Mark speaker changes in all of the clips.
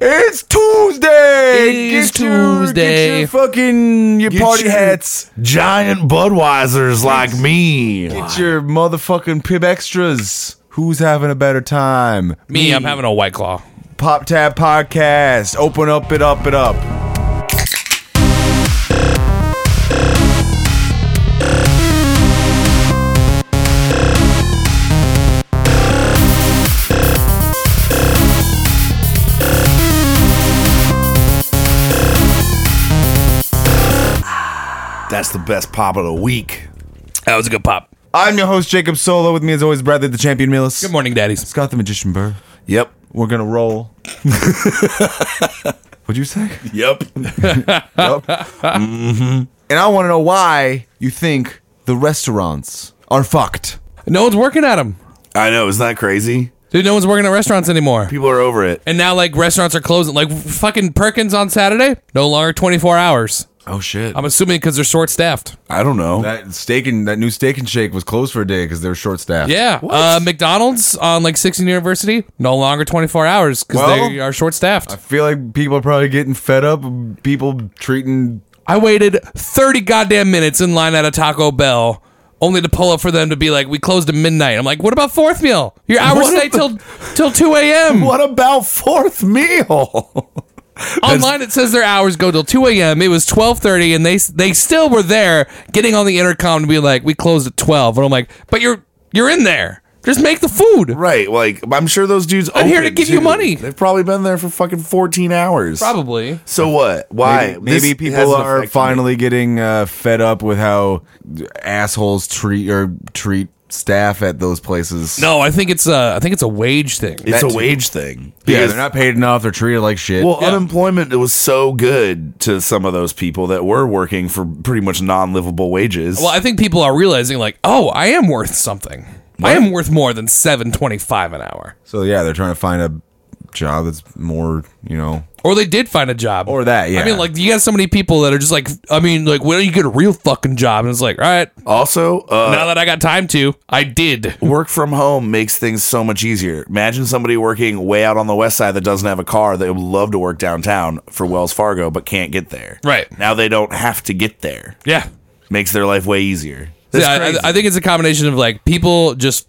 Speaker 1: It's Tuesday.
Speaker 2: It is
Speaker 1: Get your-
Speaker 2: Tuesday.
Speaker 1: get your fucking your
Speaker 2: Get
Speaker 1: party
Speaker 2: your-
Speaker 1: hats.
Speaker 3: Giant Budweisers like me.
Speaker 1: Get your motherfucking pib extras. Who's having a better time?
Speaker 2: Me, I'm having a white claw.
Speaker 1: Pop Tab Podcast. Open up it up it up.
Speaker 3: That's the best pop of the week.
Speaker 2: That was a good pop.
Speaker 1: I'm your host Jacob Solo. With me as always, Bradley the Champion Millis.
Speaker 2: Good morning, daddies.
Speaker 1: Scott the Magician Burr.
Speaker 3: Yep.
Speaker 1: We're gonna roll. What'd you say?
Speaker 3: Yep.
Speaker 1: Yup. And I want to know why you think the restaurants are fucked.
Speaker 2: No one's working at them.
Speaker 3: I know. Isn't that crazy?
Speaker 2: Dude, no one's working at restaurants anymore.
Speaker 3: People are over it.
Speaker 2: And now, like, restaurants are closing. Like, fucking Perkins on Saturday, no longer 24 hours.
Speaker 3: Oh shit.
Speaker 2: I'm assuming because they're short staffed.
Speaker 3: I don't know.
Speaker 1: That steak and that new steak and shake was closed for a day because they were short staffed.
Speaker 2: Yeah. Uh, McDonald's on, like, 16 University, no longer 24 hours because
Speaker 1: Well-
Speaker 2: they are short staffed.
Speaker 1: I feel like people are probably getting fed up. of People treating
Speaker 2: I waited 30 goddamn minutes in line at a Taco Bell. Only to pull up for them to be like, we closed at midnight. I'm like, what about fourth meal? Your hours
Speaker 3: What
Speaker 2: stay
Speaker 3: about-
Speaker 2: till till two a.m.
Speaker 3: What about fourth meal?
Speaker 2: Online, it says their hours go till 2 a.m. It was 12:30, and they they still were there, getting on the intercom to be like, "We closed at 12." And I'm like, "But you're you're in there. Just make the food."
Speaker 3: right. Like I'm sure those dudes.
Speaker 2: I'm here to
Speaker 3: open,
Speaker 2: give you
Speaker 3: too.
Speaker 2: money.
Speaker 3: They've probably been there for fucking 14 hours.
Speaker 2: Probably.
Speaker 3: So what? Why?
Speaker 1: Maybe, maybe
Speaker 3: This
Speaker 1: people
Speaker 3: hasn't
Speaker 1: are
Speaker 3: affected
Speaker 1: finally getting uh, fed up with how assholes treat or treat staff at those places.
Speaker 2: No, I think it's a I think it's a wage thing.
Speaker 3: me. It's
Speaker 1: that
Speaker 3: a
Speaker 1: too.
Speaker 3: wage thing.
Speaker 1: yeah,
Speaker 3: Because-
Speaker 1: they're not paid enough. They're treated like shit.
Speaker 3: Well,
Speaker 2: Yeah.
Speaker 3: unemployment was so good to some of those people that were working for pretty much non-livable wages.
Speaker 2: Well, I think people are realizing like, "Oh, I am worth something. I am worth more than 7.25 an hour."
Speaker 1: so yeah, they're trying to find a job that's more, you know,
Speaker 2: Or they did find a job.
Speaker 1: or that. Yeah,
Speaker 2: I mean, like you got so many people that are just like, I mean, like, when do you get a real fucking job? And it's like, all right,
Speaker 3: also, uh,
Speaker 2: now that I got time to, I did.
Speaker 3: work from home makes things so much easier. Imagine somebody working way out on the west side that doesn't have a car that would love to work downtown for Wells Fargo but can't get there.
Speaker 2: Right.
Speaker 3: Now they don't have to get there.
Speaker 2: Yeah.
Speaker 3: Makes their life way easier. That's
Speaker 2: Yeah,
Speaker 3: crazy.
Speaker 2: I, I think it's a combination of like people just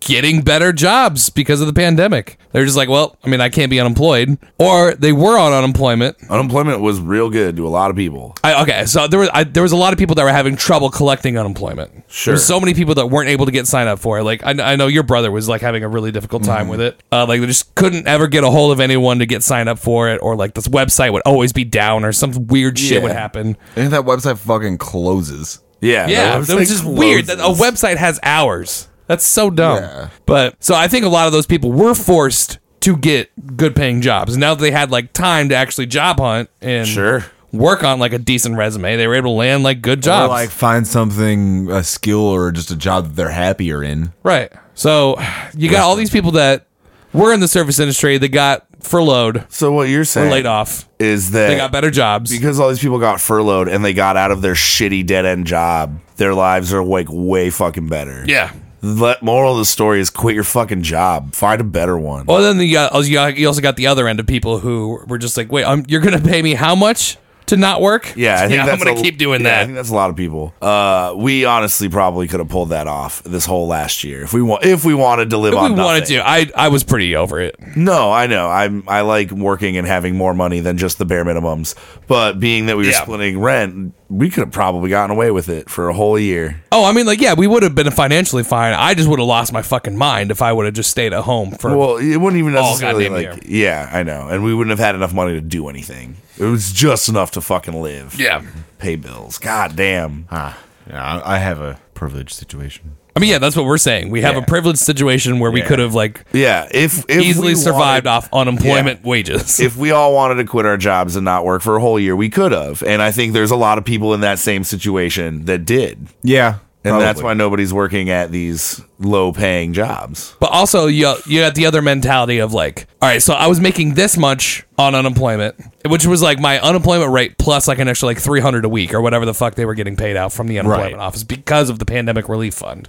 Speaker 2: getting better jobs because of the pandemic. They're just like, well, I mean, I can't be unemployed, or they were on unemployment.
Speaker 3: Unemployment was real good to a lot of people.
Speaker 2: I, okay, so there was I, there was a lot of people that were having trouble collecting unemployment.
Speaker 3: Sure.
Speaker 2: There's so many people that weren't able to get signed up for it. Like I, I know your brother was like having a really difficult time
Speaker 3: Mm-hmm.
Speaker 2: with it. Uh, like they just couldn't ever get a hold of anyone to get signed up for it, or like this website would always be down, or some weird shit
Speaker 3: Yeah.
Speaker 2: would happen.
Speaker 1: and that website fucking closes.
Speaker 3: Yeah.
Speaker 2: Yeah,
Speaker 3: was
Speaker 2: that was just weird that a website has hours. That's so dumb.
Speaker 1: Yeah.
Speaker 2: But so I think a lot of those people were forced to get good paying jobs. Now that they had like time to actually job hunt and
Speaker 3: Sure.
Speaker 2: work on like a decent resume, they were able to land like good
Speaker 1: Or
Speaker 2: jobs.
Speaker 1: like find something, a skill, or just a job that they're happier in.
Speaker 2: right. So you got all these people that were in the service industry that got furloughed
Speaker 3: So what you're
Speaker 2: or
Speaker 3: saying
Speaker 2: laid off.
Speaker 3: is that
Speaker 2: They got better jobs.
Speaker 3: because all these people got furloughed and they got out of their shitty dead end job, their lives are like way fucking better.
Speaker 2: yeah.
Speaker 3: The moral of the story is quit your fucking job, find a better one.
Speaker 2: Well, then the, uh, you got- you also got the other end of people who were just like, wait, i you're going to pay me how much to not work?
Speaker 3: Yeah, I think
Speaker 2: I'm
Speaker 3: that's
Speaker 2: going to
Speaker 3: a-
Speaker 2: keep doing
Speaker 3: yeah, I
Speaker 2: that.
Speaker 3: think that's a lot of people. Uh, we honestly probably could have pulled that off this whole last year if we want if we wanted to live
Speaker 2: If
Speaker 3: on.
Speaker 2: we wanted
Speaker 3: nothing.
Speaker 2: to. I I was pretty over it.
Speaker 3: No, I know. I'm I like working and having more money than just the bare minimums. But being that we were
Speaker 2: Yeah.
Speaker 3: splitting rent, we could have probably gotten away with it for a whole year.
Speaker 2: Oh, I mean, like, yeah, we would have been financially fine. I just would have lost my fucking mind if I would have just stayed at home for.
Speaker 3: Well, it wouldn't even
Speaker 2: All
Speaker 3: necessarily
Speaker 2: goddamn
Speaker 3: like yeah, I know, and we wouldn't have had enough money to do anything. It was just enough to fucking live.
Speaker 2: yeah.
Speaker 3: pay bills. God damn.
Speaker 1: Ah, yeah, I, I have a privileged situation.
Speaker 2: I mean, yeah, that's what we're saying. We have a privileged situation where we could have like
Speaker 3: Yeah, if, if
Speaker 2: easily
Speaker 3: we
Speaker 2: survived
Speaker 3: wanted-
Speaker 2: off unemployment wages.
Speaker 3: if we all wanted to quit our jobs and not work for a whole year, we could have. And I think there's a lot of people in that same situation that did.
Speaker 1: Yeah,
Speaker 3: And that's why nobody's working at these low paying jobs.
Speaker 2: but also, you you got the other mentality of like, all right, so I was making this much on unemployment, which was like my unemployment rate plus like an extra like three hundred a week or whatever the fuck they were getting paid out from the unemployment
Speaker 1: Right.
Speaker 2: office because of the pandemic relief fund.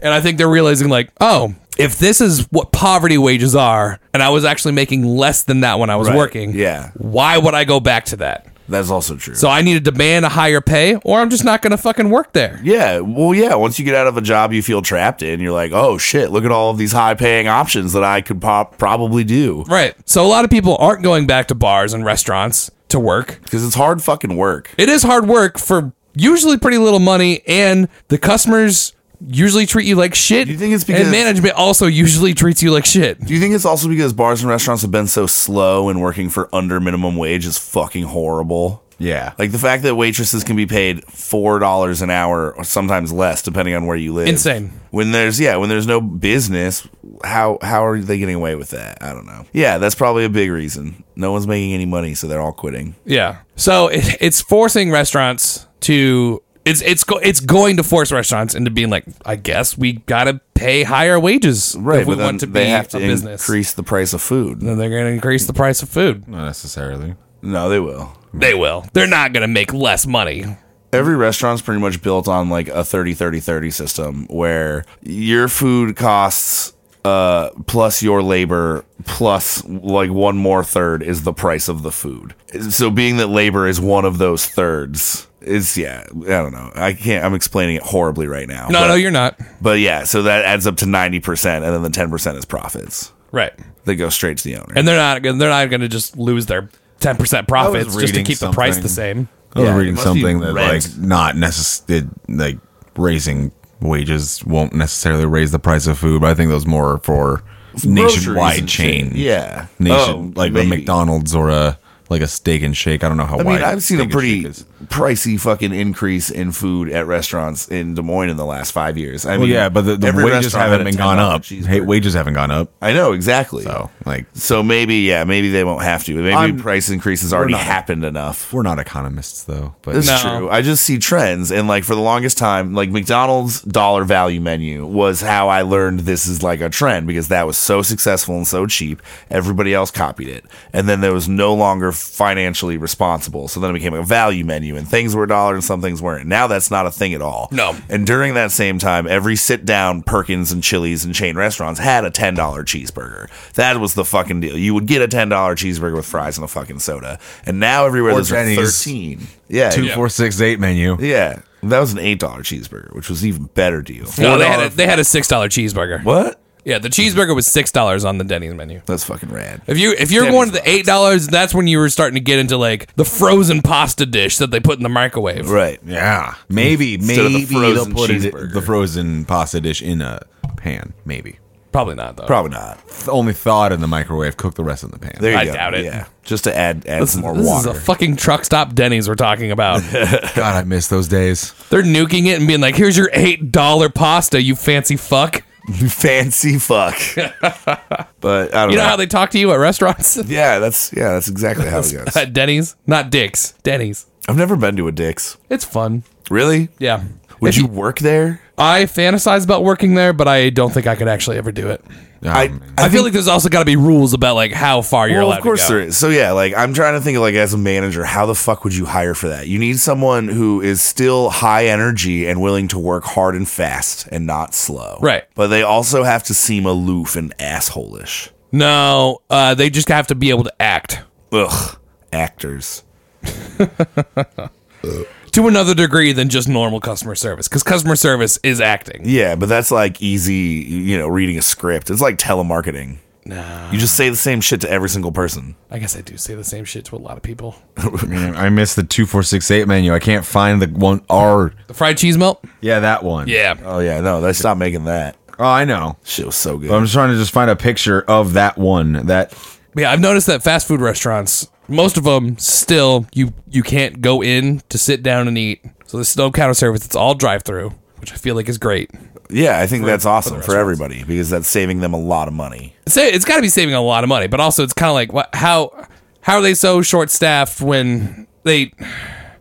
Speaker 2: And I think they're realizing like, oh, if this is what poverty wages are, and I was actually making less than that when I was
Speaker 3: Right.
Speaker 2: working,
Speaker 3: Yeah.
Speaker 2: why would I go back to that?
Speaker 3: That's also true.
Speaker 2: So I need to demand a higher pay, or I'm just not going to fucking work there.
Speaker 3: yeah, well, yeah. Once you get out of a job you feel trapped in, you're like, oh shit, look at all of these high paying options that I could pop- probably do
Speaker 2: Right. So a lot of people aren't going back to bars and restaurants to work.
Speaker 3: because it's hard fucking work.
Speaker 2: It is hard work for usually pretty little money, and the customers usually treat you like shit.
Speaker 3: you think it's
Speaker 2: and
Speaker 3: because-
Speaker 2: management also usually treats you like shit?
Speaker 3: Do you think it's also because bars and restaurants have been so slow and working for under minimum wage is fucking horrible?
Speaker 4: Yeah.
Speaker 3: Like the fact that waitresses can be paid four dollars an hour or sometimes less, depending on where you live.
Speaker 2: Insane.
Speaker 3: When there's yeah, when there's no business, how how are they getting away with that? I don't know. Yeah, that's probably a big reason. No one's making any money, so they're all quitting.
Speaker 2: Yeah. So it, it's forcing restaurants to it's it's go, it's going to force restaurants into being like, I guess we gotta pay higher wages if we
Speaker 3: but then
Speaker 2: want to
Speaker 3: they
Speaker 2: be
Speaker 3: have to
Speaker 2: a business.
Speaker 3: increase the price of food.
Speaker 2: Then they're gonna increase the price of food.
Speaker 4: Not necessarily.
Speaker 3: No, they will.
Speaker 2: They will. They're not gonna make less money.
Speaker 3: Every restaurant's pretty much built on like a 30 30 30 system where your food costs uh plus your labor plus like one more third is the price of the food. So being that labor is one of those thirds is yeah, I don't know. I can't I'm explaining it horribly right now.
Speaker 2: No,
Speaker 3: but,
Speaker 2: no, you're not.
Speaker 3: but yeah, so that adds up to 90% and then the 10% is profits.
Speaker 2: Right.
Speaker 3: They go straight to the owner.
Speaker 2: And they're not they're not gonna just lose their ten percent profits just to
Speaker 4: reading
Speaker 2: keep the price the
Speaker 4: something.
Speaker 2: same.
Speaker 4: I was
Speaker 3: Yeah, it
Speaker 4: reading
Speaker 3: must be
Speaker 4: something that
Speaker 3: rent.
Speaker 4: like not necessary like raising wages won't necessarily raise the price of food, but I think those more for
Speaker 3: Groceries
Speaker 4: nationwide
Speaker 3: and
Speaker 4: chain.
Speaker 3: shit. Yeah.
Speaker 4: Nation
Speaker 3: Oh,
Speaker 4: like a
Speaker 3: maybe.
Speaker 4: McDonald's or a like a steak and shake. I don't know how
Speaker 3: I
Speaker 4: wide.
Speaker 3: mean, I've seen a
Speaker 4: Steak and
Speaker 3: pretty
Speaker 4: Shake is.
Speaker 3: pricey fucking increase in food at restaurants in Des Moines in the last five years. I
Speaker 4: Well,
Speaker 3: mean,
Speaker 4: yeah, but the, the
Speaker 3: every
Speaker 4: wages
Speaker 3: restaurant
Speaker 4: haven't
Speaker 3: had a
Speaker 4: been gone
Speaker 3: $10
Speaker 4: up.
Speaker 3: cheeseburger.
Speaker 4: Hey, wages haven't gone up.
Speaker 3: I know exactly. So.
Speaker 4: So like
Speaker 3: maybe yeah, maybe they won't have to. Maybe
Speaker 4: I'm-
Speaker 3: price increases already
Speaker 4: not.
Speaker 3: happened enough.
Speaker 4: we're not economists though, but
Speaker 3: This is
Speaker 2: No.
Speaker 3: true. I just see trends, and like for the longest time, like McDonald's dollar value menu was how I learned this is like a trend because that was so successful and so cheap. Everybody else copied it, and then there was no longer financially responsible. So then it became a value menu, and things were a dollar and some things weren't. Now that's not a thing at all.
Speaker 2: No.
Speaker 3: And during that same time, every sit down Perkins and Chili's and chain restaurants had a $10 cheeseburger. That was the fucking deal. You would get a $10 cheeseburger with fries and a fucking soda. And now everywhere
Speaker 4: Or
Speaker 3: there's a
Speaker 4: Denny's.
Speaker 3: 13. Yeah.
Speaker 4: two
Speaker 3: yeah.
Speaker 4: four six eight menu.
Speaker 3: Yeah. That was an $8 cheeseburger, which was even better deal.
Speaker 2: No, they had
Speaker 3: $4
Speaker 2: a, they had a six dollar cheeseburger.
Speaker 3: what?
Speaker 2: Yeah, the cheeseburger was six dollars on the Denny's menu.
Speaker 3: That's fucking rad.
Speaker 2: If you if you're
Speaker 3: Denny's
Speaker 2: going to the eight dollars, that's when you were starting to get into like the frozen pasta dish that they put in the microwave.
Speaker 3: Right.
Speaker 4: Yeah, maybe
Speaker 3: Instead of the
Speaker 4: maybe they'll
Speaker 3: frozen
Speaker 4: put it,
Speaker 3: cheeseburger.
Speaker 4: the frozen pasta dish in a pan. Maybe
Speaker 2: Probably not though.
Speaker 3: Probably not.
Speaker 4: Th- only thaw it in the microwave, cook the rest in the pan.
Speaker 3: There you
Speaker 2: I
Speaker 3: go.
Speaker 2: doubt it.
Speaker 3: Yeah. Just to add add some more
Speaker 2: This
Speaker 3: water.
Speaker 2: is a fucking truck stop Denny's we're talking about.
Speaker 4: God, I miss those days.
Speaker 2: They're nuking it and being like, "Here's your eight dollar pasta, you fancy fuck."
Speaker 3: Fancy fuck. but I don't
Speaker 2: You know how they talk to you at restaurants
Speaker 3: yeah, that's yeah, that's exactly how it goes.
Speaker 2: at Denny's, not Dick's. Denny's.
Speaker 3: I've never been to a Dick's.
Speaker 2: It's fun.
Speaker 3: Really?
Speaker 2: Yeah.
Speaker 3: Would
Speaker 2: If
Speaker 3: you work there?
Speaker 2: I fantasize about working there, but I don't think I could actually ever do it.
Speaker 3: I,
Speaker 2: I, feel like there's also got to be rules about like how far you're
Speaker 3: well,
Speaker 2: allowed
Speaker 3: of course
Speaker 2: to go.
Speaker 3: there is. So yeah, like I'm trying to think of like as a manager, how the fuck would you hire for that? You need someone who is still high energy and willing to work hard and fast and not slow.
Speaker 2: Right.
Speaker 3: But they also have to seem aloof and assholeish.
Speaker 2: No, uh, they just have to be able to act.
Speaker 3: Ugh, actors.
Speaker 2: to another degree than just normal customer service because customer service is acting.
Speaker 3: Yeah, but that's like easy, you know, reading a script. It's like telemarketing.
Speaker 2: Nah,
Speaker 3: You just say the same shit to every single person.
Speaker 2: I guess I do say the same shit to a lot of people.
Speaker 4: Man, I miss the two four six eight menu. I can't find the one R.
Speaker 2: The fried cheese melt.
Speaker 4: Yeah, that one.
Speaker 2: Yeah,
Speaker 3: Oh yeah, no, they stopped making that.
Speaker 4: Oh, I know.
Speaker 3: Shit was so good.
Speaker 4: But I'm just trying to just find a picture of that one. That
Speaker 2: yeah. I've noticed that fast food restaurants, most of them, still you you can't go in to sit down and eat. So there's no counter service. It's all drive through, which I feel like is great.
Speaker 3: Yeah, I think that's awesome for, everybody because that's saving them a lot of money.
Speaker 2: It's, it's got to be saving a lot of money, but also it's kind of like what, how how are they so short staffed when they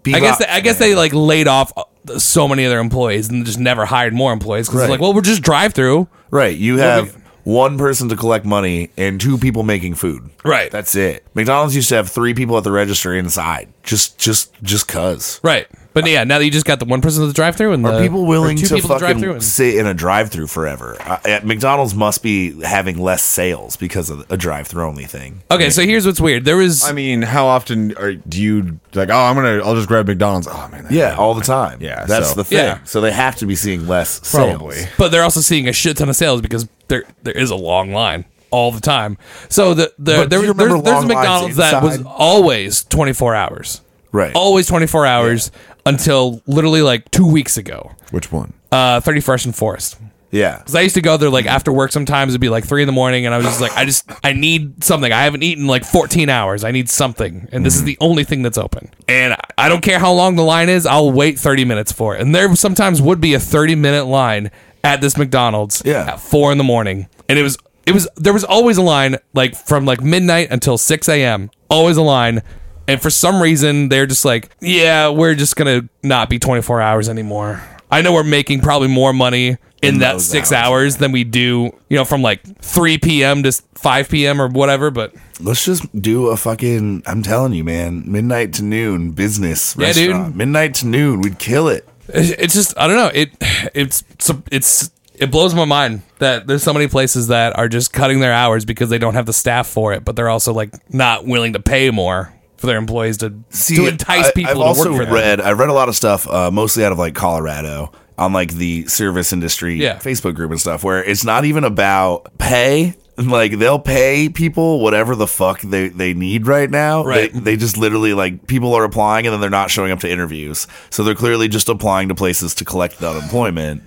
Speaker 2: I guess they, I guess they like laid off uh, so many of their employees and just never hired more employees because
Speaker 3: Right.
Speaker 2: it's like, well, we're just drive through.
Speaker 3: right. You have one person to collect money and two people making food.
Speaker 2: Right.
Speaker 3: That's it. McDonald's used to have three people at the register inside, just just just cuz.
Speaker 2: Right. But yeah, now that you just got the one person at the drive-through and
Speaker 3: Are
Speaker 2: the,
Speaker 3: people
Speaker 2: Uh, or
Speaker 3: willing
Speaker 2: two
Speaker 3: to
Speaker 2: people at the
Speaker 3: fucking
Speaker 2: drive-through and-
Speaker 3: sit in a drive-through forever? Uh, at McDonald's must be having less sales because of a drive-through only thing.
Speaker 2: okay, so here's what's weird. There was
Speaker 1: I mean, how often are do you like? Oh, I'm gonna. I'll just grab McDonald's. Oh man. that-
Speaker 3: Yeah, all the time.
Speaker 1: Yeah,
Speaker 3: that's
Speaker 1: so-
Speaker 3: the thing.
Speaker 2: Yeah.
Speaker 3: So they have to be seeing less
Speaker 1: Probably.
Speaker 3: sales.
Speaker 2: but they're also seeing a shit ton of sales because there there is a long line all the time. So the, the
Speaker 3: But
Speaker 2: there,
Speaker 3: do you remember
Speaker 2: there's, there's a
Speaker 3: long
Speaker 2: McDonald's
Speaker 3: lines
Speaker 2: that was
Speaker 3: inside?
Speaker 2: always 24 hours.
Speaker 3: Right.
Speaker 2: Always 24 hours until literally like 2 weeks ago.
Speaker 4: Which one?
Speaker 2: Uh 31st and Forest.
Speaker 3: Yeah.
Speaker 2: Cuz I used to go there like after work sometimes it'd be like 3 in the morning and I was just like I just I need something. I haven't eaten like 14 hours. I need something. And
Speaker 3: Mm-hmm.
Speaker 2: this is the only thing that's open. And I- I don't care how long the line is. I'll wait 30 minutes for it. And there sometimes would be a 30 minute line at this McDonald's
Speaker 3: Yeah.
Speaker 2: at 4 in the morning. And it was it was there was always a line like from like midnight until 6 a.m. Always a line. And for some reason they're just like, yeah, we're just going to not be 24 hours anymore. I know we're making probably more money in that
Speaker 3: those
Speaker 2: 6
Speaker 3: hours.
Speaker 2: hours than we do, you know, from like 3 p.m. to 5 p.m. or whatever, but
Speaker 3: Let's just do a fucking. I'm telling you, man. Midnight to noon business
Speaker 2: Yeah, dude.
Speaker 3: restaurant. Midnight to noon, we'd kill it.
Speaker 2: It's it's just I don't know. It it's it's it blows my mind that there's so many places that are just cutting their hours because they don't have the staff for it, but they're also like not willing to pay more for their employees to to entice
Speaker 3: I-
Speaker 2: people
Speaker 3: I've
Speaker 2: to
Speaker 3: also
Speaker 2: work for them.
Speaker 3: read. I read a lot of stuff, uh, mostly out of like Colorado, on like the service industry
Speaker 2: Yeah.
Speaker 3: Facebook group and stuff, where it's not even about pay. Like they'll pay people whatever the fuck they, they need right now.
Speaker 2: Right.
Speaker 3: They, they just literally like people are applying and then they're not showing up to interviews. So they're clearly just applying to places to collect the unemployment.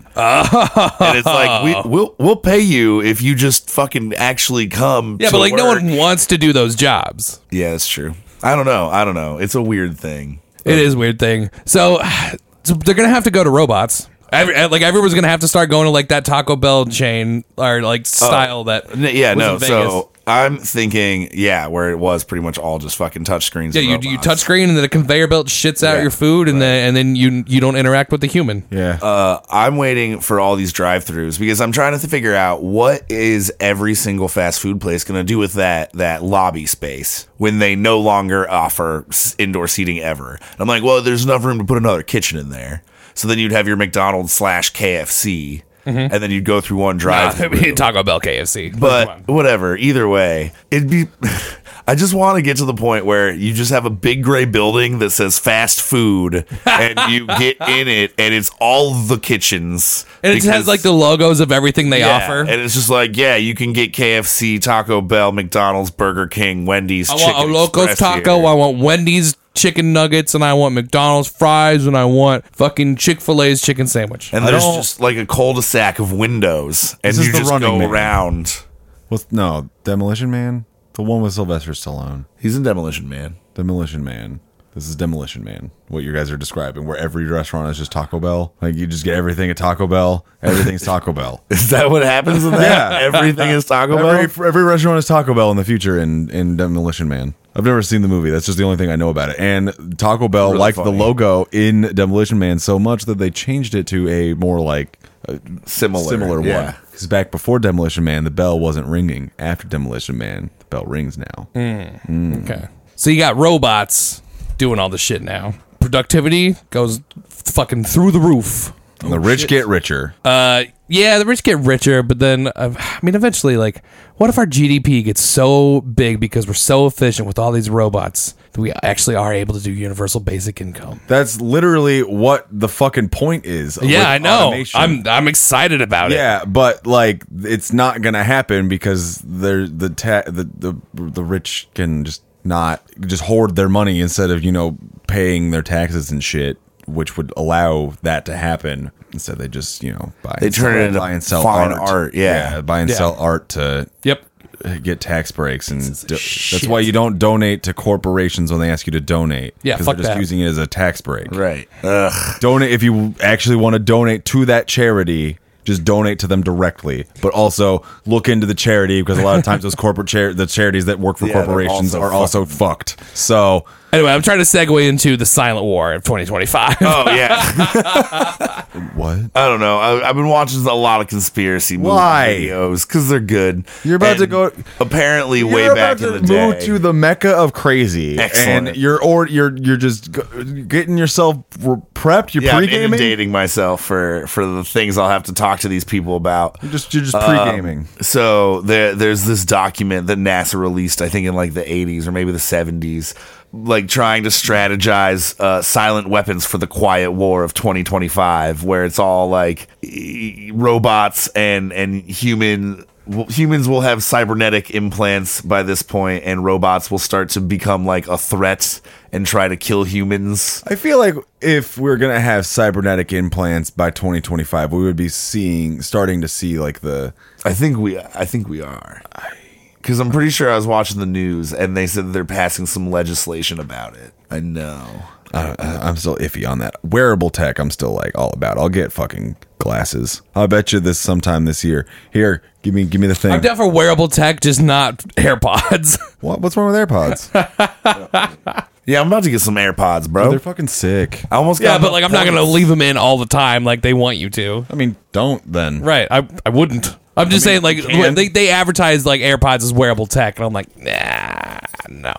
Speaker 3: and it's like we, we'll we'll pay you if you just fucking actually come.
Speaker 2: Yeah,
Speaker 3: to
Speaker 2: but like no
Speaker 3: work.
Speaker 2: one wants to do those jobs.
Speaker 3: Yeah, that's true. I don't know. I don't know. It's a weird thing.
Speaker 2: It is a weird thing. So, so they're gonna have to go to robots. Every, eh, like everyone's gonna have to start going to like that Taco Bell chain or like style that
Speaker 3: Oh. N-
Speaker 2: was
Speaker 3: yeah,
Speaker 2: in
Speaker 3: no.
Speaker 2: Vegas.
Speaker 3: So I'm thinking, yeah, where it was pretty much all just fucking touch screens.
Speaker 2: Yeah,
Speaker 3: and
Speaker 2: you, you
Speaker 3: robots.
Speaker 2: touch screen and then a conveyor belt shits out
Speaker 3: Yeah,
Speaker 2: your food and then and then you you don't interact with the human.
Speaker 1: Yeah.
Speaker 3: Uh, I'm waiting for all these drive-throughs because I'm trying to figure out what is every single fast food place going to do with that that lobby space when they no longer offer s- indoor seating ever. And I'm like, well, there's enough room to put another kitchen in there. So then you'd have your McDonald's slash KFC,
Speaker 2: Mm-hmm.
Speaker 3: and then you'd go through one drive-through.
Speaker 2: Taco Bell, KFC,
Speaker 3: but whatever. Either way, it'd be. I just want to get to the point where you just have a big gray building that says fast food, and you get in it, and it's all the kitchens,
Speaker 2: and it
Speaker 3: because-
Speaker 2: has like the logos of everything they
Speaker 3: yeah,
Speaker 2: offer.
Speaker 3: and it's just like yeah, you can get KFC, Taco Bell, McDonald's, Burger King, Wendy's.
Speaker 2: I want a
Speaker 3: Chicken
Speaker 2: Locos
Speaker 3: Express
Speaker 2: Taco.
Speaker 3: here.
Speaker 2: I want Wendy's chicken nuggets, and I want McDonald's fries, and I want fucking Chick Fil A's chicken sandwich.
Speaker 3: And
Speaker 1: I
Speaker 3: there's
Speaker 1: don't-
Speaker 3: just like a cul-de-sac of windows, and
Speaker 1: This is
Speaker 3: you
Speaker 1: the
Speaker 3: just
Speaker 1: Running
Speaker 3: go
Speaker 1: Man.
Speaker 3: around.
Speaker 1: well, no, Demolition Man. The one with Sylvester Stallone.
Speaker 3: He's in Demolition Man.
Speaker 1: Demolition Man. This is Demolition Man. What you guys are describing, where every restaurant is just Taco Bell. Like you just get everything at Taco Bell. Everything's Taco Bell.
Speaker 3: Is that what happens in that?
Speaker 1: Yeah.
Speaker 3: everything is Taco Bell.
Speaker 1: Every, every restaurant is Taco Bell in the future in, in Demolition Man. I've never seen the movie. That's just the only thing I know about it. And Taco Bell
Speaker 3: Really
Speaker 1: liked
Speaker 3: funny.
Speaker 1: the logo in Demolition Man so much that they changed it to a more like a
Speaker 3: similar,
Speaker 1: similar
Speaker 3: yeah.
Speaker 1: one. Because back before Demolition Man, the bell wasn't ringing. After Demolition Man, the bell rings now.
Speaker 2: okay, so you got robots doing all the shit now. Productivity goes fucking through the roof.
Speaker 1: And the rich get richer.
Speaker 2: Uh, yeah, the rich get richer, but then uh, I mean, eventually, like, what if our GDP gets so big because we're so efficient with all these robots that we actually are able to do universal basic income?
Speaker 1: That's literally what the fucking point is. of,
Speaker 2: yeah,
Speaker 1: like,
Speaker 2: I know.
Speaker 1: automation.
Speaker 2: I'm I'm excited about it.
Speaker 1: Yeah, but like it's not gonna happen because they're the ta- the the the rich can just not just hoard their money instead of you know paying their taxes and shit, which would allow that to happen. Instead, they just you know buy
Speaker 3: They
Speaker 1: and
Speaker 3: turn
Speaker 1: sell-
Speaker 3: it into
Speaker 1: buy and sell
Speaker 3: fine
Speaker 1: art.
Speaker 3: art, yeah.
Speaker 1: buy and sell art to
Speaker 2: Yep.
Speaker 1: get tax breaks and do- that's
Speaker 2: shit.
Speaker 1: why you don't donate to corporations when they ask you to donate.
Speaker 2: Yeah,
Speaker 1: 'cause
Speaker 2: fuck
Speaker 1: they're just
Speaker 2: that.
Speaker 1: using it as a tax break
Speaker 3: Right. Uh, Ugh.
Speaker 1: donate if you actually want to donate to that charity just donate to them directly but also look into the charity because a lot of times those corporate char- the charities that work for
Speaker 3: Yeah, they're
Speaker 1: corporations
Speaker 3: also
Speaker 1: are also fucked so
Speaker 2: Anyway, I'm trying to segue into the Silent War of 2025.
Speaker 1: Uh,
Speaker 3: Oh yeah,
Speaker 1: What?
Speaker 3: I don't know. I, I've been watching a lot of conspiracy movie
Speaker 1: Why?
Speaker 3: videos because they're good.
Speaker 1: You're about to go-
Speaker 3: Apparently,
Speaker 1: You're
Speaker 3: way
Speaker 1: about
Speaker 3: back
Speaker 1: to
Speaker 3: in the day.
Speaker 1: move to the mecca of crazy,
Speaker 3: Excellent.
Speaker 1: and you're or you're you're just g- getting yourself re- prepped. You're
Speaker 3: yeah, I'm
Speaker 1: pre-gaming.
Speaker 3: inundating myself for for the things I'll have to talk to these people about.
Speaker 1: You're just you're just pre-gaming.
Speaker 3: So there, there's this document that NASA released, I think in like the 80s or maybe the 70s, like trying to strategize uh, silent weapons for the quiet war of 2025, where it's all like e- robots and and human. w- Humans will have cybernetic implants by this point, and robots will start to become like a threat and try to kill humans.
Speaker 1: I feel like if we're gonna have cybernetic implants by 2025, we would be seeing starting to see like the
Speaker 3: I think we, I think we are, because I'm pretty sure I was watching the news and they said they're passing some legislation about it. I know.
Speaker 1: I- I, Uh, I'm still iffy on that wearable tech. I'm still like all about. I'll get fucking glasses. I bet you this sometime this year. Here, give me give me the thing.
Speaker 2: I'm down for wearable tech, just not AirPods.
Speaker 1: what, what's wrong with AirPods?
Speaker 3: Yeah, I'm about to get some AirPods, bro.
Speaker 1: They're fucking sick.
Speaker 3: I almost
Speaker 2: yeah,
Speaker 3: got
Speaker 2: but
Speaker 3: my
Speaker 2: like I'm not gonna leave them in all the time like they want you to.
Speaker 1: I mean, don't then.
Speaker 2: Right? I I wouldn't. I'm just saying like
Speaker 1: you can.
Speaker 2: they they advertise like AirPods as wearable tech, and I'm like, nah, no,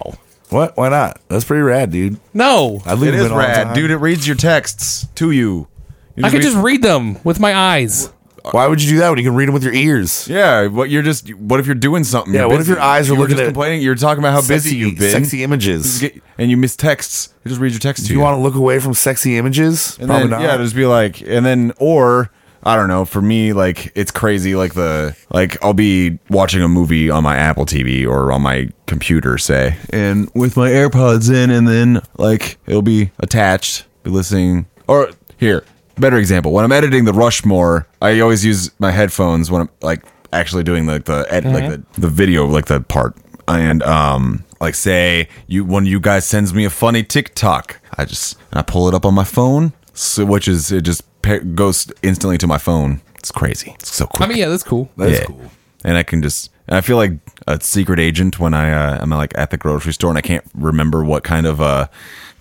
Speaker 3: What? Why not? That's pretty rad, dude.
Speaker 2: no.
Speaker 3: I leave
Speaker 1: It is
Speaker 3: them in all the
Speaker 1: rad,
Speaker 3: time.
Speaker 1: dude. It reads your texts to you. You
Speaker 2: I could
Speaker 1: read-
Speaker 2: just read them with my eyes.
Speaker 3: Why would you do that when you can read them with your ears?
Speaker 1: yeah. What you're just what if you're doing something?
Speaker 3: Yeah,
Speaker 1: You're
Speaker 3: what if your eyes are
Speaker 1: You were
Speaker 3: looking
Speaker 1: just
Speaker 3: at
Speaker 1: complaining? You're talking about how busy
Speaker 3: Sexy-
Speaker 1: you've been.
Speaker 3: Sexy images.
Speaker 1: Just get- and you miss texts. It just reads your text to
Speaker 3: Do
Speaker 1: you.
Speaker 3: you want to look away from sexy images?
Speaker 1: and then, yeah, just be like, and then or I don't know. For me, like it's crazy. Like the like I'll be watching a movie on my Apple TV or on my computer, say, and with my AirPods in, and then like it'll be attached, be listening. Or here, better example. When I'm editing the Rushmore, I always use my headphones when I'm like actually doing like the ed- like the, the video like the part and um like say you one of you guys sends me a funny TikTok, I just and I pull it up on my phone, so, which is it just pa- goes instantly to my phone. It's crazy. It's so quick.
Speaker 2: I mean, yeah, that's cool.
Speaker 3: That's
Speaker 1: Yeah.
Speaker 3: cool.
Speaker 1: And I can just and I feel like a secret agent when I uh, am like at the grocery store and I can't remember what kind of uh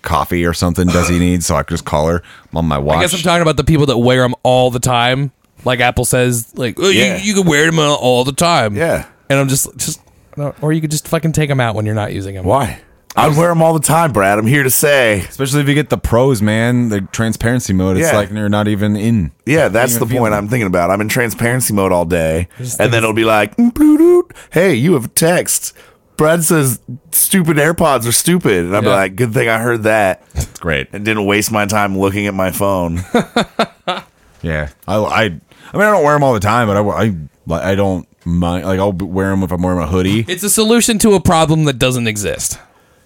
Speaker 1: coffee or something does he need, so I could just call her I'm on my watch.
Speaker 2: I guess I'm talking about the people that wear them all the time. Like Apple says, like oh,
Speaker 3: Yeah.
Speaker 2: you, you can wear them all the time.
Speaker 3: Yeah.
Speaker 2: And I'm just just, no, or you could just fucking take them out when you're not using them.
Speaker 3: Why? I'd wear them all the time, Brad. I'm here to say.
Speaker 1: Especially if you get the pros, man, the transparency mode. It's
Speaker 3: Yeah.
Speaker 1: like you're not even in.
Speaker 3: Yeah, that's the
Speaker 1: even feel
Speaker 3: point
Speaker 1: them.
Speaker 3: I'm thinking about. I'm in transparency mode all day, and then it'll be like, "Mm, bloot, bloot. "Hey, you have a text." Brad says, "Stupid AirPods are stupid," and I'm
Speaker 2: Yeah.
Speaker 3: like, "Good thing I heard that
Speaker 1: It's great.
Speaker 3: and didn't waste my time looking at my phone."
Speaker 1: Yeah, I, I, I mean, I don't wear them all the time, but I, I, like, I don't mind. Like, I'll wear them if I'm wearing a hoodie.
Speaker 2: It's a solution to a problem that doesn't exist.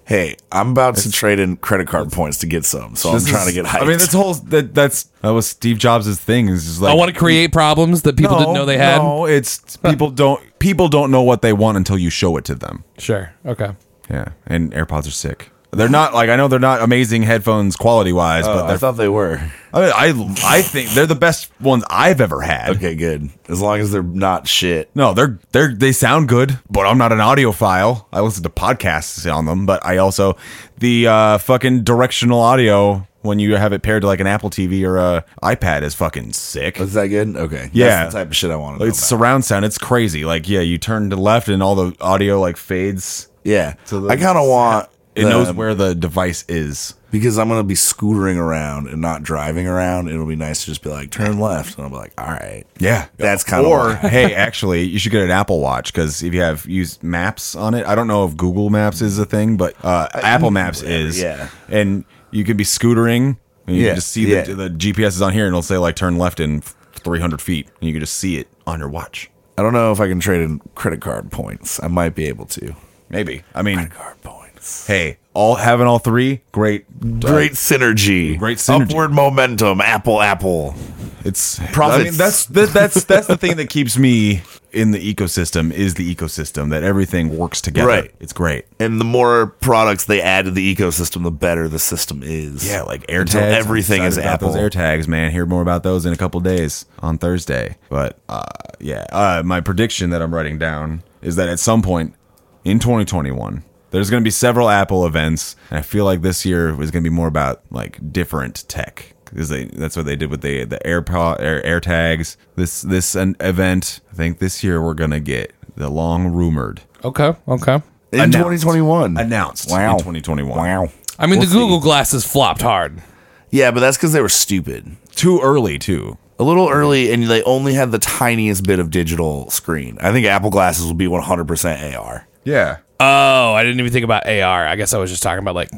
Speaker 3: Hey, I'm about to trade in credit card points to get some, so I'm
Speaker 1: This
Speaker 3: trying
Speaker 1: is-
Speaker 3: to get hyped.
Speaker 1: I mean, that's whole. That that's that was Steve Jobs' thing. Is just like
Speaker 2: I want to create problems that people didn't know they had.
Speaker 1: No, it's people don't people don't know what they want until you show it to them.
Speaker 2: Sure. Okay.
Speaker 1: Yeah, and AirPods are sick. They're not like I know they're not amazing headphones quality wise, but
Speaker 3: I
Speaker 1: they're.
Speaker 3: thought they were.
Speaker 1: I, mean, I I think they're the best ones I've ever had.
Speaker 3: Okay, good. As long as they're not shit.
Speaker 1: No, they're they're they sound good, but I'm not an audiophile. I listen to podcasts on them, but I also the uh, fucking directional audio when you have it paired to like an Apple TV or a iPad is fucking sick.
Speaker 3: Is that good? Okay.
Speaker 1: Yeah.
Speaker 3: That's the type of shit I want to know
Speaker 1: It's
Speaker 3: about.
Speaker 1: surround sound. It's crazy. Like yeah, you turn to left and all the audio like fades.
Speaker 3: Yeah.
Speaker 1: So the-
Speaker 3: I kind of want.
Speaker 1: It
Speaker 3: the-
Speaker 1: knows where the device is.
Speaker 3: because I'm gonna be scootering around and not driving around. It'll be nice to just be like turn left, and I'll be like, all right.
Speaker 1: Yeah,
Speaker 3: That's kinda
Speaker 1: Or
Speaker 3: why.
Speaker 1: hey, actually, you should get an Apple Watch because if you have used Maps on it, I don't know if Google Maps is a thing, but uh, Apple Maps is.
Speaker 3: yeah.
Speaker 1: and you could be scootering. And you
Speaker 3: Yeah,
Speaker 1: can just see
Speaker 3: yeah.
Speaker 1: the, the GPS is on here, and it'll say like turn left in 300 feet, and you can just see it on your watch.
Speaker 3: I don't know if I can trade in credit card points. I might be able to.
Speaker 1: Maybe. I mean,
Speaker 3: Credit card points.
Speaker 1: hey, all having all three, great.
Speaker 3: Great synergy.
Speaker 1: Great synergy.
Speaker 3: Upward momentum. Apple. Apple.
Speaker 1: It's
Speaker 3: Profits.
Speaker 1: I mean, that's that, that's that's the thing that keeps me in the ecosystem is the ecosystem that everything works together.
Speaker 3: Right.
Speaker 1: It's great.
Speaker 3: And the more products they add to the ecosystem, the better the system is.
Speaker 1: Yeah, like AirTags.
Speaker 3: Until Everything is Apple.
Speaker 1: Those AirTags, man. Hear more about those in a couple days on Thursday. But uh, yeah, uh, my prediction that I'm writing down is that at some point in 2021, There's going to be several Apple events, and I feel like this year is going to be more about like different tech because they that's what they did with the the AirPod Air, AirTags. This this an event, I think this year we're going to get the long rumored
Speaker 2: Okay, okay.
Speaker 3: in
Speaker 1: Announced.
Speaker 3: 2021
Speaker 1: announced
Speaker 3: Wow.
Speaker 1: in 2021.
Speaker 3: Wow.
Speaker 2: I mean,
Speaker 3: We'll
Speaker 2: the
Speaker 3: see.
Speaker 2: Google glasses flopped hard.
Speaker 3: Yeah, but that's because they were stupid.
Speaker 1: Too early too.
Speaker 3: A little early, and they only had the tiniest bit of digital screen. I think Apple glasses will be 100% AR.
Speaker 1: Yeah.
Speaker 2: Oh, I didn't even think about AR. I guess I was just talking about like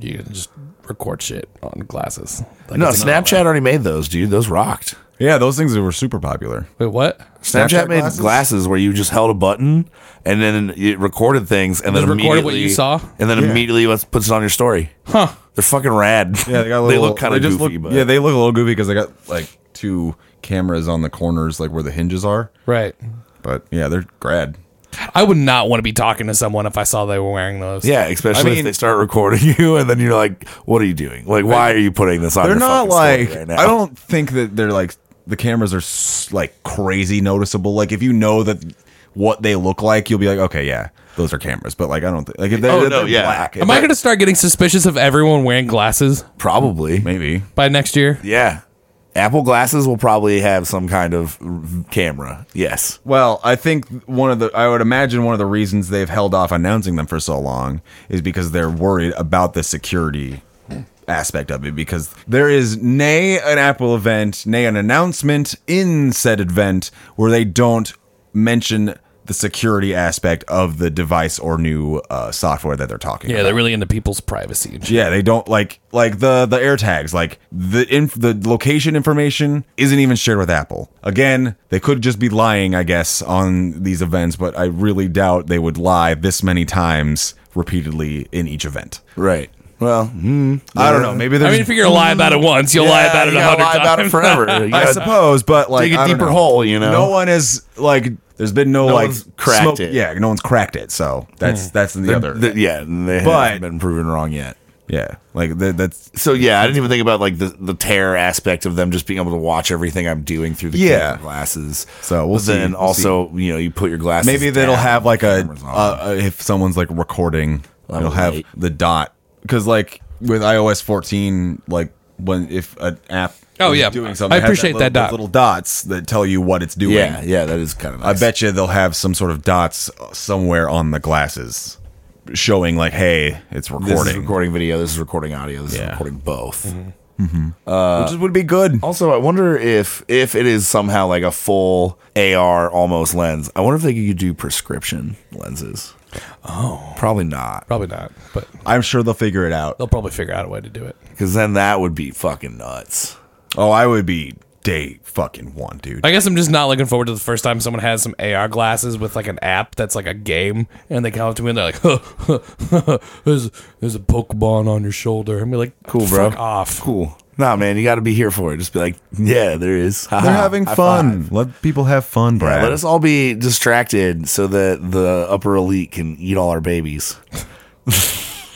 Speaker 2: you can just record shit on glasses. Like,
Speaker 3: No,
Speaker 2: it's a-
Speaker 3: Snapchat already made those, dude. Those rocked.
Speaker 1: Yeah, those things were super popular.
Speaker 2: Wait, what?
Speaker 3: Snapchat,
Speaker 1: Snapchat
Speaker 3: made
Speaker 1: glasses?
Speaker 3: glasses? where you just held a button and then it recorded things and
Speaker 2: Just
Speaker 3: then
Speaker 2: recorded
Speaker 3: immediately
Speaker 2: what you saw?
Speaker 3: and then immediately lets- puts it on your story.
Speaker 2: Huh.
Speaker 3: They're fucking rad.
Speaker 1: Yeah, they got a
Speaker 3: they
Speaker 1: little.
Speaker 3: look kind of
Speaker 1: just
Speaker 3: goofy,
Speaker 1: look-
Speaker 3: but
Speaker 1: yeah, they look a little goofy because they got like two cameras on the corners, like where the hinges are.
Speaker 2: Right.
Speaker 1: But yeah, they're grad.
Speaker 2: I would not want to be talking to someone if I saw they were wearing those.
Speaker 3: yeah, especially
Speaker 1: I
Speaker 3: if
Speaker 1: mean-
Speaker 3: they start recording you and then you're like, "What are you doing? Like, why are you putting this on?"
Speaker 1: They're
Speaker 3: your
Speaker 1: not
Speaker 3: fucking story
Speaker 1: like.
Speaker 3: right now?
Speaker 1: I don't think that they're like the cameras are s- like crazy noticeable. Like if you know that what they look like, you'll be like, okay, yeah, those are cameras. But like I don't think like if they're,
Speaker 3: Oh,
Speaker 1: if
Speaker 3: no,
Speaker 1: they're
Speaker 3: yeah.
Speaker 1: black.
Speaker 2: Am I going to start getting suspicious of everyone wearing glasses
Speaker 3: probably.
Speaker 1: maybe?
Speaker 2: by next year?
Speaker 3: Yeah. Apple glasses will probably have some kind of r- camera. Yes.
Speaker 1: Well, I think one of the I would imagine one of the reasons they've held off announcing them for so long is because they're worried about the security aspect of it because there is nay an Apple event, nay an announcement in said event where they don't mention the security aspect of the device or new uh, software that they're talking
Speaker 2: Yeah,
Speaker 1: about.
Speaker 2: they're really into people's privacy. and shit.
Speaker 1: Yeah, they don't like like the the AirTags. Like the inf- the location information isn't even shared with Apple. Again, they could just be lying, I guess, on these events, but I really doubt they would lie this many times repeatedly in each event.
Speaker 3: Right. Well, hmm.
Speaker 1: I don't know. Maybe
Speaker 2: I
Speaker 1: there's.
Speaker 2: mean, if you're going to lie about it once, you'll lie
Speaker 3: Yeah,
Speaker 2: about it
Speaker 3: you
Speaker 2: a
Speaker 3: gotta
Speaker 2: hundred
Speaker 3: lie
Speaker 2: times.
Speaker 3: about it forever. You
Speaker 1: I
Speaker 3: gotta-
Speaker 1: suppose, but like
Speaker 3: dig a
Speaker 1: I don't
Speaker 3: deeper
Speaker 1: know.
Speaker 3: hole, you know?
Speaker 1: No one has like. There's been no, like
Speaker 3: one's cracked it. Hmm.
Speaker 1: Yeah, no one's cracked it. So that's that's the, other.
Speaker 3: th- yeah, they
Speaker 1: But-
Speaker 3: haven't been proven wrong yet.
Speaker 1: yeah, like the, that's
Speaker 3: So yeah, I didn't even think about like the, the terror aspect of them just being able to watch everything I'm doing through the
Speaker 1: Yeah.
Speaker 3: camera glasses.
Speaker 1: So we'll
Speaker 3: But Then
Speaker 1: see, we'll
Speaker 3: also, you know, you put your glasses.
Speaker 1: Maybe that'll
Speaker 3: down,
Speaker 1: have like a
Speaker 3: cameras on.
Speaker 1: uh, if someone's like recording, it'll have
Speaker 3: right.
Speaker 1: the dot because like with iOS 14, like when if an app
Speaker 2: Oh,
Speaker 1: is
Speaker 2: yeah.
Speaker 1: doing something,
Speaker 2: I
Speaker 1: it has
Speaker 2: appreciate
Speaker 1: little,
Speaker 2: that dot.
Speaker 1: those little dots that tell you what it's doing.
Speaker 3: yeah, yeah, that is kind of.
Speaker 1: I
Speaker 3: Nice.
Speaker 1: bet you they'll have some sort of dots uh, somewhere on the glasses showing like, hey, it's
Speaker 3: this
Speaker 1: recording,
Speaker 3: is recording video. This is recording audio. This is
Speaker 1: Yeah.
Speaker 3: recording both.
Speaker 1: which would be good.
Speaker 3: Also, I wonder if if it is somehow like a full AR almost lens. I wonder if they could do prescription lenses. Oh, probably not,
Speaker 2: Probably not, but
Speaker 1: I'm sure they'll figure it out.
Speaker 2: they'll probably figure out a way to do it.
Speaker 3: because then that would be fucking nuts.
Speaker 1: Oh, I would be day fucking one, dude.
Speaker 2: I guess I'm just not looking forward to the first time someone has some AR glasses with like an app that's like a game, and they come up to me and they're like, huh, huh, huh, "There's there's a Pokemon on your shoulder." I'm like,
Speaker 3: Cool, bro.
Speaker 2: Fuck off."
Speaker 3: Cool. Nah, man, you got to be here for it. Just be like, yeah, there is. Ha
Speaker 1: They're
Speaker 3: ha.
Speaker 1: having
Speaker 3: High
Speaker 1: fun.
Speaker 3: five.
Speaker 1: Let people have fun, Brad.
Speaker 3: Let us all be distracted so that the upper elite can eat all our babies.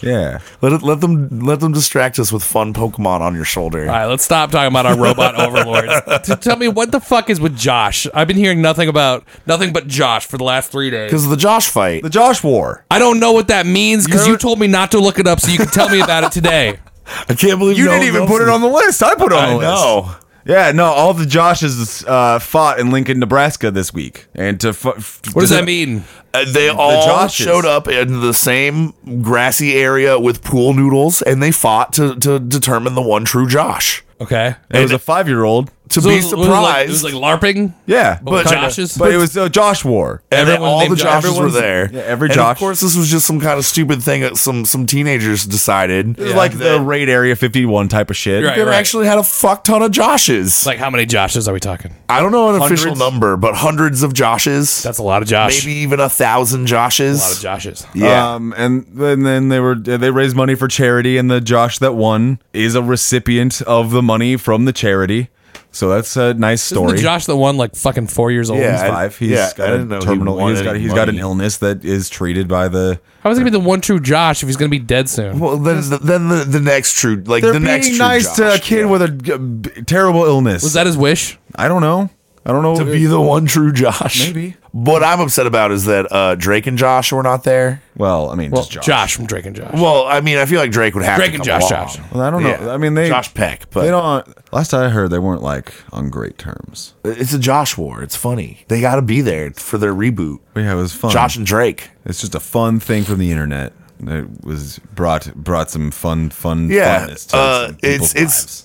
Speaker 1: yeah.
Speaker 3: Let it, let them let them distract us with fun Pokemon on your shoulder.
Speaker 2: All right, let's stop talking about our robot overlords. T- Tell me what the fuck is with Josh? I've been hearing nothing about nothing but Josh for the last three days.
Speaker 3: Because of the Josh fight.
Speaker 1: The Josh War.
Speaker 2: I don't know what that means because you told me not to look it up, so you can tell me about it today.
Speaker 3: I can't believe
Speaker 1: You
Speaker 3: no
Speaker 1: didn't
Speaker 3: one
Speaker 1: even
Speaker 3: else
Speaker 1: put it
Speaker 3: is-
Speaker 1: on the list. I put it on
Speaker 3: I
Speaker 1: the list.
Speaker 3: know.
Speaker 1: Yeah, no. All the Joshes uh, fought in Lincoln, Nebraska this week, and to fu- f-
Speaker 2: What does that mean?
Speaker 3: Uh, they all
Speaker 1: Joshes.
Speaker 3: showed up in the same grassy area with pool noodles, and they fought to, to determine the one true Josh.
Speaker 2: Okay.
Speaker 1: It was a five-year-old.
Speaker 3: To
Speaker 2: So
Speaker 3: be
Speaker 2: it was- it was like-
Speaker 3: surprised,
Speaker 2: It was like LARPing.
Speaker 1: Yeah,
Speaker 2: But Josh's-
Speaker 1: But it was a Josh War.
Speaker 3: and then
Speaker 2: Oh, everyone
Speaker 3: all the
Speaker 2: named-
Speaker 3: Joshes were
Speaker 1: everyone's-
Speaker 3: there.
Speaker 1: yeah, every
Speaker 3: and
Speaker 1: Josh.
Speaker 3: Of course, this was just some kind of stupid thing that some some teenagers decided.
Speaker 1: It was like the raid area fifty-one type of shit.
Speaker 2: Right.
Speaker 3: There actually had a fuck ton of Joshes.
Speaker 2: Like, how many Joshes are we talking?
Speaker 3: I don't know an official
Speaker 1: Hundreds?
Speaker 3: number, but hundreds of Joshes.
Speaker 2: That's a lot of Josh.
Speaker 3: maybe even a thousand Joshes.
Speaker 2: a lot of Joshes.
Speaker 3: yeah.
Speaker 1: Um, and then, then they were they raised money for charity, and the Josh that won is a recipient of the money from the charity. So that's a nice
Speaker 2: Isn't
Speaker 1: story.
Speaker 2: the Josh the one like fucking four years old?
Speaker 3: Yeah.
Speaker 1: He's
Speaker 3: I-
Speaker 1: five. He's
Speaker 3: yeah, I
Speaker 1: got
Speaker 3: didn't know
Speaker 1: a
Speaker 3: he
Speaker 1: terminal.
Speaker 3: won
Speaker 1: he's got
Speaker 3: any
Speaker 1: he's got an
Speaker 3: money.
Speaker 1: illness that is treated by the
Speaker 2: How is he gonna be the one true Josh if he's gonna be dead soon?
Speaker 3: well, then the, then the, the next true like
Speaker 1: They're
Speaker 3: the next
Speaker 1: being
Speaker 3: true
Speaker 1: nice to a
Speaker 3: Josh.
Speaker 1: kid
Speaker 3: Yeah.
Speaker 1: with a g- b- terrible illness.
Speaker 2: Was that his wish?
Speaker 1: I don't know.
Speaker 4: I don't know.
Speaker 3: to be the one true Josh.
Speaker 4: Maybe.
Speaker 3: What I'm upset about is that uh, Drake and Josh were not there.
Speaker 1: Well, I mean,
Speaker 2: Well,
Speaker 1: just
Speaker 2: Josh.
Speaker 1: Josh.
Speaker 2: from Drake and Josh.
Speaker 3: Well, I mean, I feel like Drake would have
Speaker 2: Drake
Speaker 3: to
Speaker 2: and
Speaker 3: come
Speaker 2: Josh
Speaker 3: along.
Speaker 2: Johnson.
Speaker 1: Well, I don't know.
Speaker 3: Yeah.
Speaker 1: I mean, they
Speaker 3: Josh Peck, but
Speaker 1: they don't. Last I heard, they weren't like on great terms.
Speaker 3: it's a Josh war. It's funny. They got to be there for their reboot.
Speaker 1: But yeah, it was fun.
Speaker 3: Josh and Drake.
Speaker 1: It's just a fun thing from the internet. It was brought brought some fun, fun.
Speaker 3: Yeah,
Speaker 1: funness to
Speaker 3: uh,
Speaker 1: some people's
Speaker 3: it's it's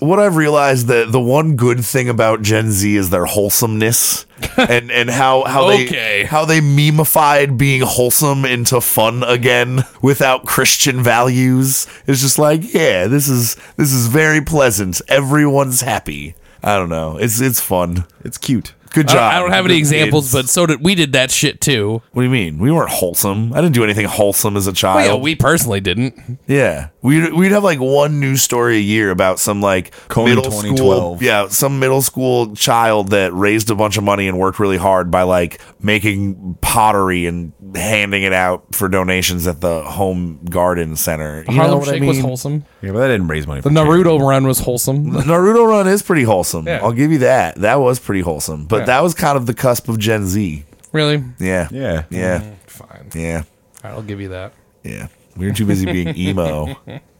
Speaker 1: lives.
Speaker 3: what I've realized that the one good thing about Gen Z is their wholesomeness and and how how
Speaker 2: Okay.
Speaker 3: they how they memeified being wholesome into fun again without Christian values. It's just like yeah, this is this is very pleasant. Everyone's happy. I don't know. It's it's fun.
Speaker 1: it's cute.
Speaker 3: Good
Speaker 2: I
Speaker 3: job.
Speaker 2: don't, I don't have any
Speaker 3: Good
Speaker 2: examples,
Speaker 3: kids.
Speaker 2: but so did we did that shit too.
Speaker 3: what do you mean? We weren't wholesome. I didn't do anything wholesome as a child.
Speaker 2: Well, yeah, Uh, we personally didn't.
Speaker 3: Yeah, we'd we'd have like one news story a year about some like
Speaker 1: Conan
Speaker 3: middle school,
Speaker 1: 2012.
Speaker 3: yeah, some middle school child that raised a bunch of money and worked really hard by like making pottery and handing it out for donations at the home garden center. You know
Speaker 2: Harlem
Speaker 3: what
Speaker 2: Shake
Speaker 3: I mean?
Speaker 2: was wholesome.
Speaker 1: Yeah, but that didn't raise money.
Speaker 2: The Naruto run was wholesome.
Speaker 3: Naruto Run is pretty wholesome.
Speaker 2: Yeah.
Speaker 3: I'll give you that. That was pretty wholesome, but that was kind of the cusp of Gen Z.
Speaker 2: Really?
Speaker 3: Yeah,
Speaker 1: Yeah.
Speaker 3: yeah,
Speaker 2: Fine.
Speaker 3: yeah,
Speaker 2: All right, I'll give you that.
Speaker 3: yeah. We were too busy being emo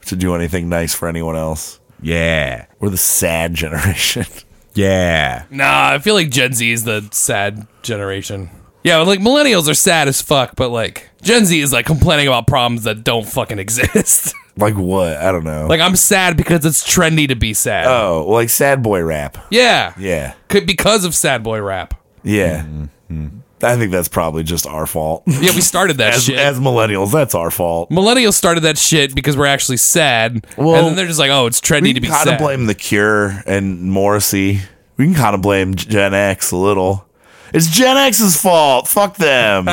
Speaker 3: to do anything nice for anyone else.
Speaker 1: Yeah.
Speaker 3: We're the sad generation.
Speaker 1: Yeah.
Speaker 2: Nah, I feel like Gen Z is the sad generation. Yeah, like millennials are sad as fuck, but like Gen Z is like complaining about problems that don't fucking exist.
Speaker 3: Like what? I don't know.
Speaker 2: like I'm sad because it's trendy to be sad.
Speaker 3: oh, like sad boy rap.
Speaker 2: yeah.
Speaker 3: Yeah,
Speaker 2: Could because of sad boy rap.
Speaker 3: yeah. Mm-hmm. I think that's probably just our fault
Speaker 2: Yeah, we started that
Speaker 3: as
Speaker 2: shit.
Speaker 3: as millennials. That's our fault.
Speaker 2: millennials started that shit because we're actually sad.
Speaker 3: Well,
Speaker 2: and then they're just like, oh, it's trendy
Speaker 3: We
Speaker 2: to
Speaker 3: can
Speaker 2: be
Speaker 3: kind
Speaker 2: sad.
Speaker 3: of blame the Cure and Morrissey. We can kind of blame Gen X a little. It's Gen X's fault. Fuck them.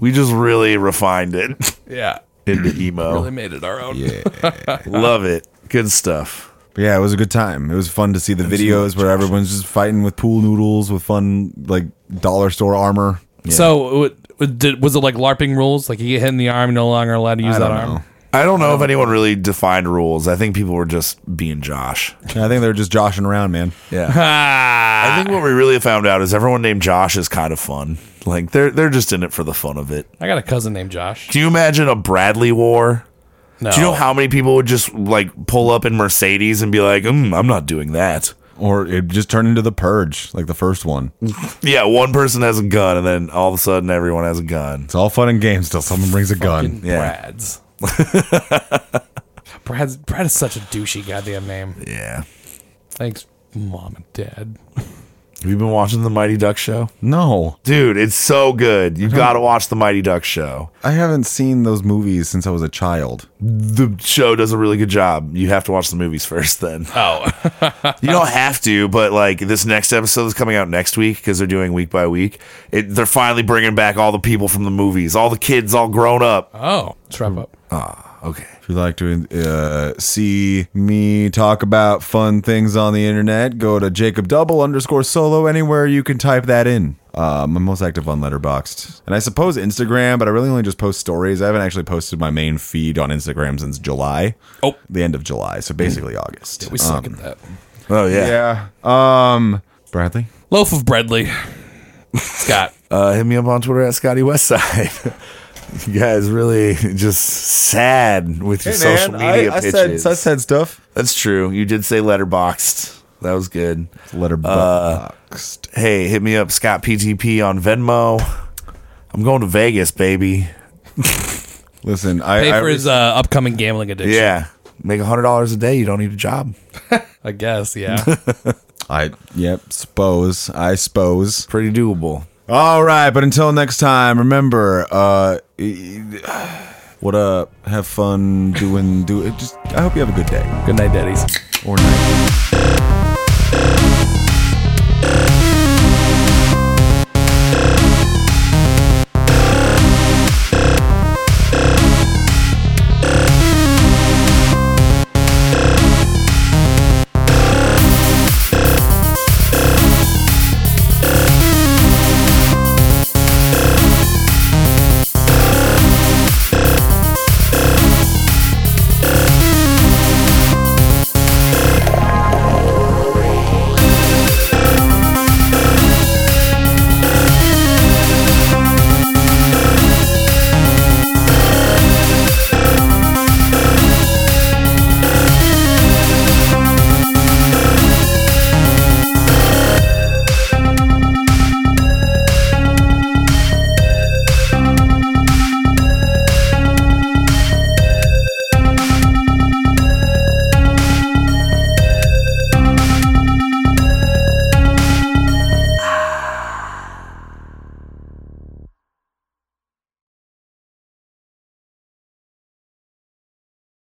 Speaker 3: we just really refined it
Speaker 2: yeah.
Speaker 3: into emo.
Speaker 2: Really made it our own.
Speaker 3: Love it. Good stuff.
Speaker 1: But yeah, it was a good time. It was fun to see the videos where everyone's just fighting with pool noodles with fun like dollar store armor.
Speaker 2: So it w- did, was it like LARPing rules? Like you get hit in the arm, you're no longer allowed to use that arm.
Speaker 3: I don't know if anyone really defined rules. I think people were just being Josh.
Speaker 1: I think they're just joshing around, man.
Speaker 3: Yeah.
Speaker 2: Ah,
Speaker 3: I think what we really found out is everyone named Josh is kind of fun. Like they're they're just in it for the fun of it.
Speaker 2: I got a cousin named Josh.
Speaker 3: Can you imagine a Bradley war?
Speaker 2: No.
Speaker 3: Do you know how many people would just like pull up in Mercedes and be like, mm, "I'm not doing that."
Speaker 1: Or it just turned into the purge, like the first one.
Speaker 3: Yeah, one person has a gun, and then all of a sudden everyone has a gun.
Speaker 1: It's all fun and games till someone brings a gun.
Speaker 3: Yeah.
Speaker 2: Brad's. Brad's Brad is such a douchey goddamn name.
Speaker 3: Yeah.
Speaker 2: Thanks, mom and dad.
Speaker 3: Have you been watching the Mighty Duck show?
Speaker 1: No,
Speaker 3: Dude, it's so good. You got to watch the Mighty Duck show.
Speaker 1: I haven't seen those movies since I was a child.
Speaker 3: The show does a really good job. You have to watch the movies first then.
Speaker 2: Oh,
Speaker 3: You don't have to, but like this next episode is coming out next week because they're doing week by week. It, they're finally bringing back all the people from the movies, all the kids, all grown up.
Speaker 2: oh, let's wrap up.
Speaker 3: Mm. Okay.
Speaker 1: If you'd like to uh, see me talk about fun things on the internet, go to Jacob Double underscore Solo anywhere you can type that in. Um, I'm most active on Letterboxd, and I suppose Instagram, but I really only just post stories. I haven't actually posted my main feed on Instagram since July,
Speaker 2: Oh,
Speaker 1: the end of July, so basically August.
Speaker 2: we suck at that.
Speaker 3: Oh yeah.
Speaker 1: yeah. Um, Bradley,
Speaker 2: Loaf of Breadley. Scott.
Speaker 3: Uh, hit me up on Twitter at Scotty Westside. you guys really just sad with your social media pitches.
Speaker 1: said stuff.
Speaker 3: That's true. You did say letterboxed. That was good.
Speaker 1: Letterboxd.
Speaker 2: Uh,
Speaker 3: Hey, hit me up, Scott PTP on Venmo. I'm going to Vegas, baby.
Speaker 1: Listen, I,
Speaker 2: Pay
Speaker 1: I
Speaker 2: for his uh, upcoming gambling addiction.
Speaker 3: Yeah. Make hundred dollars a day. You don't need a job.
Speaker 2: I guess, yeah.
Speaker 1: I yep, suppose I suppose.
Speaker 3: Pretty doable.
Speaker 1: All right, but until next time, remember, uh, e- what up? Have fun doing do it. Just I hope you have a good day
Speaker 2: Good night, daddies.
Speaker 1: or night.